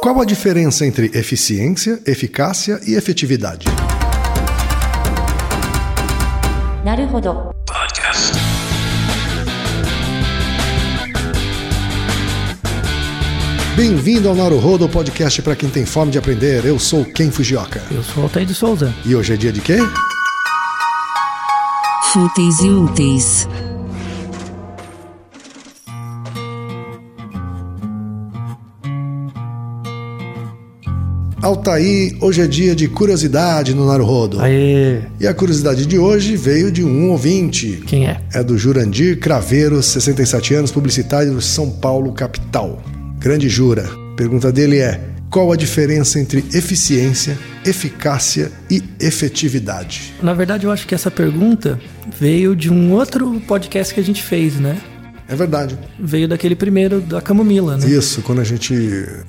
Qual a diferença entre eficiência, eficácia e efetividade? なるほど。 Bem-vindo ao Naruhodo, o podcast para quem tem fome de aprender. Eu sou Ken Fujioka. Eu sou o Altair de Souza. E hoje é dia de quê? Fúteis e úteis. Altaí, hoje é dia de curiosidade no Naruhodo. Aê, E a curiosidade de hoje veio de um ouvinte. quem é? É do Jurandir Craveiro, 67 anos, publicitário de São Paulo, capital. Grande Jura. Pergunta dele é: qual a diferença entre eficiência, eficácia e efetividade? Na verdade, eu acho que essa pergunta veio de um outro podcast que a gente fez, né? É verdade. Veio daquele primeiro, da Camomila, né? Isso, quando a gente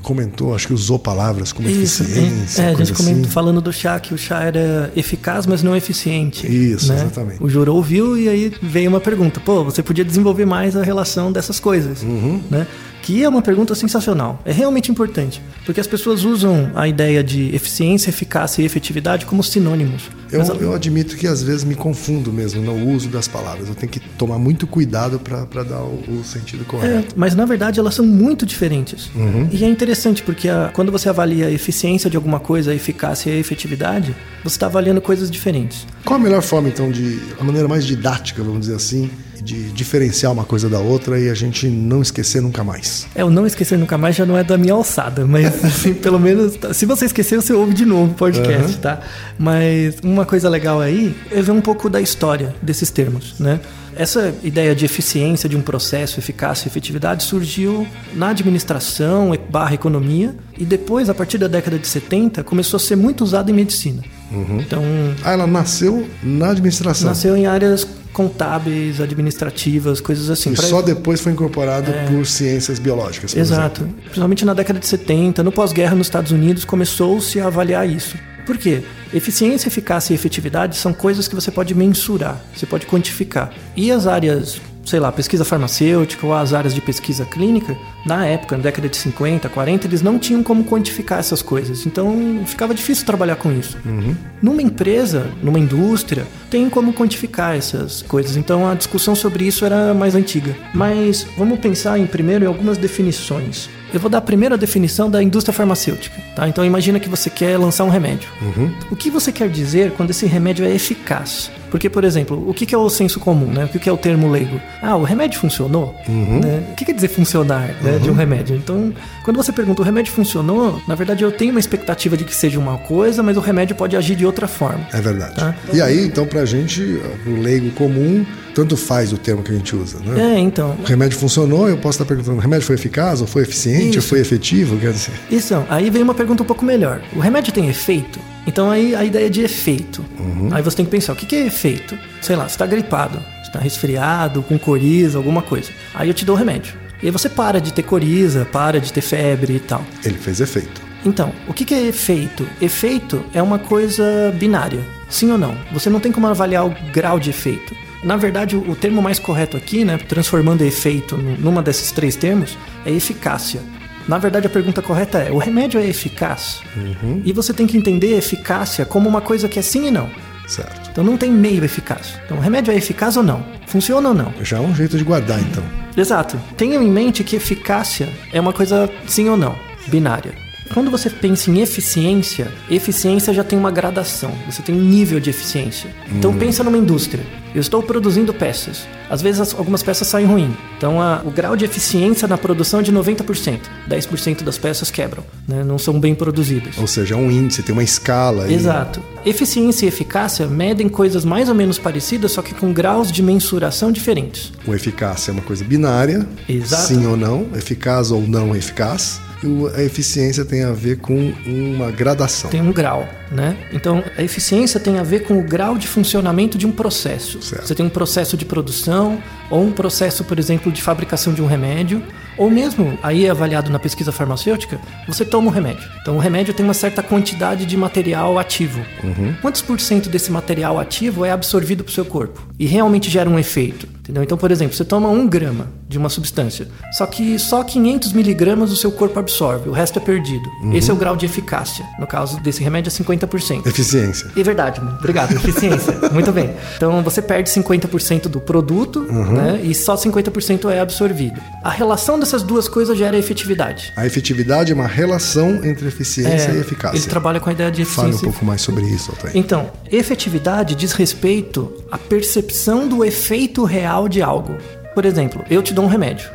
comentou, acho que usou palavras como eficiência. é, é, a coisa gente comentou assim. falando do chá que o chá era eficaz, mas não eficiente. Isso, né? exatamente. O Juro ouviu e aí veio uma pergunta: pô, você podia desenvolver mais a relação dessas coisas, Uhum. né? Que é uma pergunta sensacional, é realmente importante, porque as pessoas usam a ideia de eficiência, eficácia e efetividade como sinônimos. Eu, Mas a- eu admito que às vezes me confundo mesmo no uso das palavras. Eu tenho que tomar muito cuidado para dar o, o sentido É, correto. mas na verdade elas são muito diferentes. E é interessante porque a- quando você avalia a eficiência de alguma coisa, a eficácia e a efetividade, você está avaliando coisas diferentes. Qual a melhor forma, então, de. a maneira mais didática, vamos dizer assim, de diferenciar uma coisa da outra e a gente não esquecer nunca mais? É, o não esquecer nunca mais já não é da minha alçada, mas assim, pelo menos, tá, se você esquecer, você ouve de novo o podcast, tá? Mas uma coisa legal aí é ver um pouco da história desses termos, né? Essa ideia de eficiência de um processo, eficácia e efetividade surgiu na administração e- barra economia e depois, a partir da década de 70, começou a ser muito usado em medicina. Então, Ah, ela nasceu na administração. nasceu em áreas contábeis, administrativas, coisas assim. E Pra- só depois foi incorporada por ciências biológicas. por É. Exato. Principalmente na década de 70, no pós-guerra nos Estados Unidos, começou-se a avaliar isso. Por quê? Eficiência, eficácia e efetividade são coisas que você pode mensurar, você pode quantificar. E as áreas, sei lá, pesquisa farmacêutica ou as áreas de pesquisa clínica, na época, na década de 50, 40, eles não tinham como quantificar essas coisas. Então ficava difícil trabalhar com isso. Numa empresa, numa indústria, tem como quantificar essas coisas. Então a discussão sobre isso era mais antiga. Mas vamos pensar em primeiro em algumas definições. Eu vou dar a primeira definição da indústria farmacêutica. Tá? Então imagina que você quer lançar um remédio. O que você quer dizer quando esse remédio é eficaz? Porque, por exemplo, o que que é o senso comum? Né? O que que é o termo leigo? Ah, o remédio funcionou? né? O que quer dizer funcionar né, de um remédio? Então, quando você pergunta o remédio funcionou, na verdade eu tenho uma expectativa de que seja uma coisa, mas o remédio pode agir de outra forma. É verdade. Tá? E aí, então, pra gente, o leigo comum, tanto faz o termo que a gente usa, né? É, então. O remédio funcionou, eu posso estar perguntando, o remédio foi eficaz, ou foi eficiente, ou Isso. foi efetivo? Quer dizer, Isso, aí vem uma pergunta um pouco melhor. O remédio tem efeito? Então aí a ideia de efeito. Aí você tem que pensar, o que que é efeito? Sei lá, você tá gripado, você tá resfriado, com coriza, alguma coisa. Aí eu te dou o remédio. E aí você para de ter coriza, para de ter febre e tal. ele fez efeito. Então, o que que é efeito? Efeito é uma coisa binária, sim ou não. Você não tem como avaliar o grau de efeito. Na verdade, o o termo mais correto aqui, né, transformando efeito num- numa desses três termos, é eficácia. Na verdade, a pergunta correta é: o remédio é eficaz? E você tem que entender eficácia como uma coisa que é sim e não. Certo. Então não tem meio eficaz. Então, o remédio é eficaz ou não? Funciona ou não? Já é um jeito de guardar, então. Exato. Tenham em mente que eficácia é uma coisa sim ou não, binária. Quando você pensa em eficiência, eficiência já tem uma gradação, você tem um nível de eficiência. Hum. Então pensa numa indústria. Eu estou produzindo peças. Às vezes as- algumas peças saem ruim. Então a- o grau de eficiência na produção é de 90%. 10% das peças quebram, né? não são bem produzidas. Ou seja, é um índice, tem uma escala. aí. Exato. Eficiência e eficácia medem coisas mais ou menos parecidas, só que com graus de mensuração diferentes. O eficácia é uma coisa binária, Exato. sim ou não, eficaz ou não eficaz. E o- a eficiência tem a ver com uma gradação. tem um grau, né? Então, a eficiência tem a ver com o grau de funcionamento de um processo. Certo. Você tem um processo de produção, ou um processo, por exemplo, de fabricação de um remédio, Ou mesmo, aí é avaliado na pesquisa farmacêutica, você toma um remédio. Então o remédio tem uma certa quantidade de material ativo. Uhum. Quantos por cento desse material ativo é absorvido para o seu corpo? E realmente gera um efeito. Entendeu? Então, por exemplo, você toma um grama de uma substância, só que só 500 miligramas o seu corpo absorve, o resto é perdido. Uhum. Esse é o grau de eficácia. No caso desse remédio, é 50%. Eficiência. É verdade, mano. obrigado. Eficiência. Muito bem. Então você perde 50% do produto Uhum. né, e só 50% é absorvido. A relação dessas duas coisas gera efetividade. A efetividade é uma relação entre eficiência e eficácia. É, Ele trabalha com a ideia de Fale eficiência. um pouco mais sobre isso, Altair. Então, efetividade diz respeito à percepção do efeito real de algo. Por exemplo, eu te dou um remédio.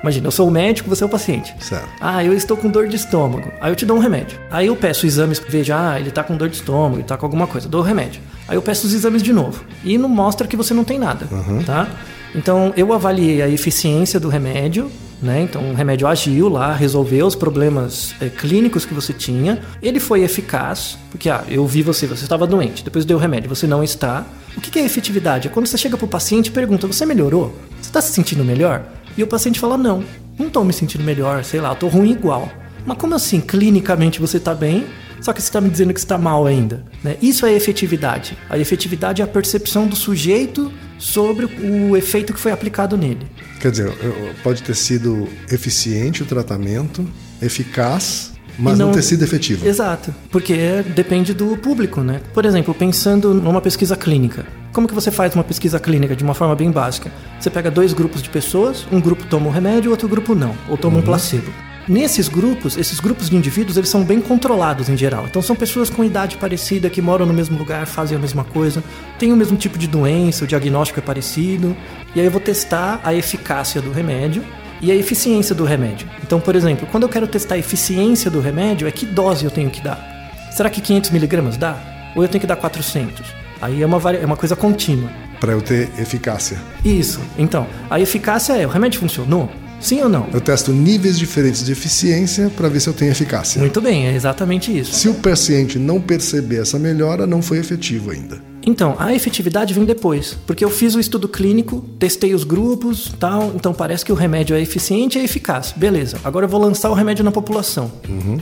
Imagina, eu sou o médico, você é o paciente. Certo. Ah, eu estou com dor de estômago. Aí eu te dou um remédio. Aí eu peço exames, veja, ah, ele tá com dor de estômago, ele tá com alguma coisa, dou o remédio. Aí eu peço os exames de novo. E não mostra que você não tem nada, tá? Então, eu avaliei a eficiência do remédio, né? Então, o remédio agiu lá, resolveu os problemas eh, clínicos que você tinha. Ele foi eficaz, porque, ah, eu vi você, você estava doente. Depois deu o remédio, você não está. O que que é efetividade? É quando você chega pro paciente e pergunta, você melhorou? Você está se sentindo melhor? E o paciente fala: Não, não tô me sentindo melhor, sei lá, tô ruim igual. Mas como assim? Clinicamente você tá bem, só que você tá me dizendo que está mal ainda. né? Isso é efetividade. A efetividade é a percepção do sujeito sobre o efeito que foi aplicado nele. Quer dizer, eu- pode ter sido eficiente o tratamento, eficaz, mas E não, ter sido efetivo. Exato, porque depende do público, né? Por exemplo, pensando numa pesquisa clínica. Como que você faz uma pesquisa clínica de uma forma bem básica? Você pega dois grupos de pessoas, um grupo toma um remédio, outro grupo não, ou toma Uhum. um placebo. Nesses grupos, esses grupos de indivíduos, eles são bem controlados em geral. Então são pessoas com idade parecida, que moram no mesmo lugar, fazem a mesma coisa, têm o mesmo tipo de doença, o diagnóstico é parecido. E aí eu vou testar a eficácia do remédio e a eficiência do remédio. Então, por exemplo, quando eu quero testar a eficiência do remédio, é que dose eu tenho que dar? Será que 500 miligramas dá? Ou eu tenho que dar 400? Aí é uma, varia- é uma coisa contínua. Para eu ter eficácia. Isso. Então, a eficácia é: o remédio funcionou? Sim ou não? Eu testo níveis diferentes de eficiência para ver se eu tenho eficácia. Muito bem, é exatamente isso. Se o paciente não perceber essa melhora, não foi efetivo ainda. Então, a efetividade vem depois, porque eu fiz o estudo clínico, testei os grupos, tal, então parece que o remédio é eficiente e é eficaz. Beleza. Agora eu vou lançar o remédio na população.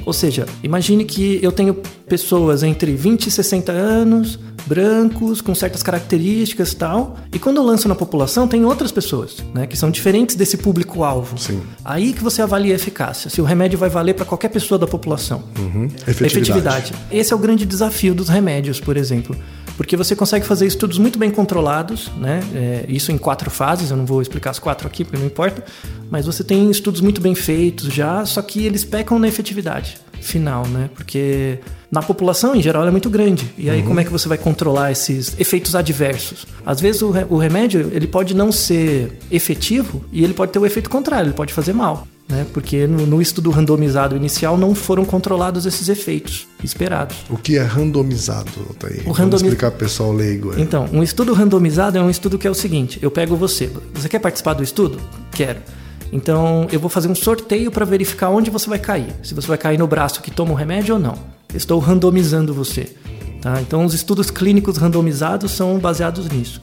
Ou seja, imagine que eu tenho pessoas entre 20 e 60 anos, brancos, com certas características, tal, e quando eu lanço na população tem outras pessoas, né, que são diferentes desse público alvo. Sim. Aí que você avalia a eficácia, se o remédio vai valer para qualquer pessoa da população. Efetividade. Esse é o grande desafio dos remédios, por exemplo. Porque você consegue fazer estudos muito bem controlados, né? É, isso em quatro fases, eu não vou explicar as quatro aqui porque não importa. Mas você tem estudos muito bem feitos já, só que eles pecam na efetividade final, né? Porque na população, em geral, ela é muito grande. E aí, como é que você vai controlar esses efeitos adversos? Às vezes, o, re- o remédio, ele pode não ser efetivo e ele pode ter o efeito contrário, ele pode fazer mal né? Porque no, no estudo randomizado inicial não foram controlados esses efeitos esperados. O que é randomizado, Altair? Vamos randomi- explicar pro pessoal leigo. aí. Então, um estudo randomizado é um estudo que é o seguinte: eu pego você. Você quer participar do estudo? Quero. Então, eu vou fazer um sorteio para verificar onde você vai cair. Se você vai cair no braço que toma o remédio ou não. Estou randomizando você. Tá? Então, os estudos clínicos randomizados são baseados nisso.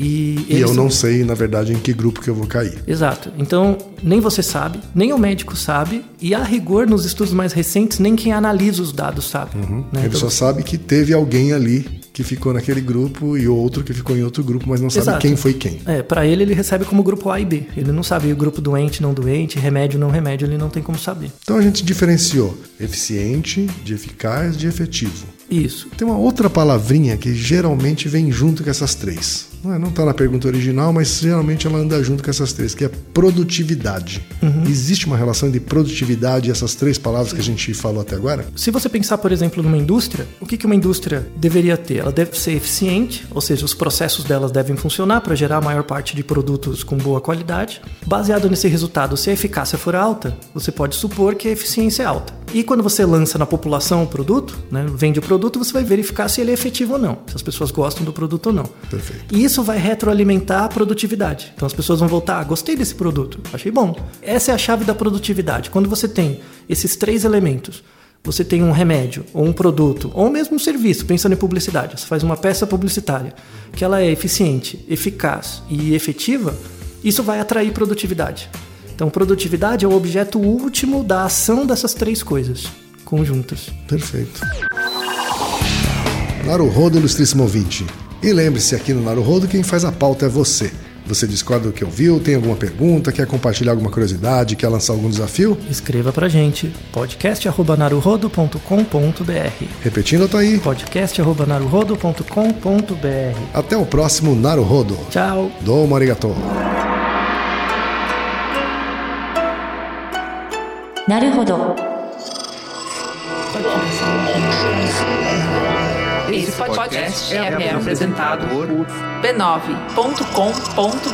E, E eu eles- não sei, na verdade, em que grupo que eu vou cair. Exato. Então, nem você sabe, nem o médico sabe, e a rigor, nos estudos mais recentes, nem quem analisa os dados sabe. né? Ele Uhum. só sabe que teve alguém ali que ficou naquele grupo e outro que ficou em outro grupo, mas não sabe Exato. quem foi quem. É, pra ele, ele recebe como grupo A e B. Ele não sabe o grupo doente, não doente, remédio, não remédio, ele não tem como saber. Então a gente diferenciou eficiente, de eficaz, de efetivo. Isso. Tem uma outra palavrinha que geralmente vem junto com essas três. Não é- Não está na pergunta original, mas geralmente ela anda junto com essas três, que é produtividade. Existe uma relação de produtividade e essas três palavras que a gente falou até agora? Se você pensar, por exemplo, numa indústria, o que que uma indústria deveria ter? Ela deve ser eficiente, ou seja, os processos delas devem funcionar para gerar a maior parte de produtos com boa qualidade. Baseado nesse resultado, se a eficácia for alta, você pode supor que a eficiência é alta. E quando você lança na população o produto, né, vende o produto, você vai verificar se ele é efetivo ou não, se as pessoas gostam do produto ou não. Perfeito. E isso vai retroalimentar a produtividade. Então as pessoas vão voltar, "Ah, gostei desse produto, achei bom. Essa é a chave da produtividade. Quando você tem esses três elementos, você tem um remédio, ou um produto, ou mesmo um serviço, pensando em publicidade. Você faz uma peça publicitária que ela é eficiente, eficaz e efetiva, isso vai atrair produtividade. Então, produtividade é o objeto último da ação dessas três coisas conjuntas. Perfeito. Naruhodo, ilustríssimo ouvinte. E lembre-se, aqui no Naruhodo, quem faz a pauta é você. Você discorda do que ouviu, tem alguma pergunta, quer compartilhar alguma curiosidade, quer lançar algum desafio? Escreva pra gente podcast@naruhodo.com.br. Repetindo, tá aí. podcast@naruhodo.com.br. Até o próximo Naruhodo. Tchau. Domo arigatou. なるほど。 Esse podcast é apresentado por b9.com.br.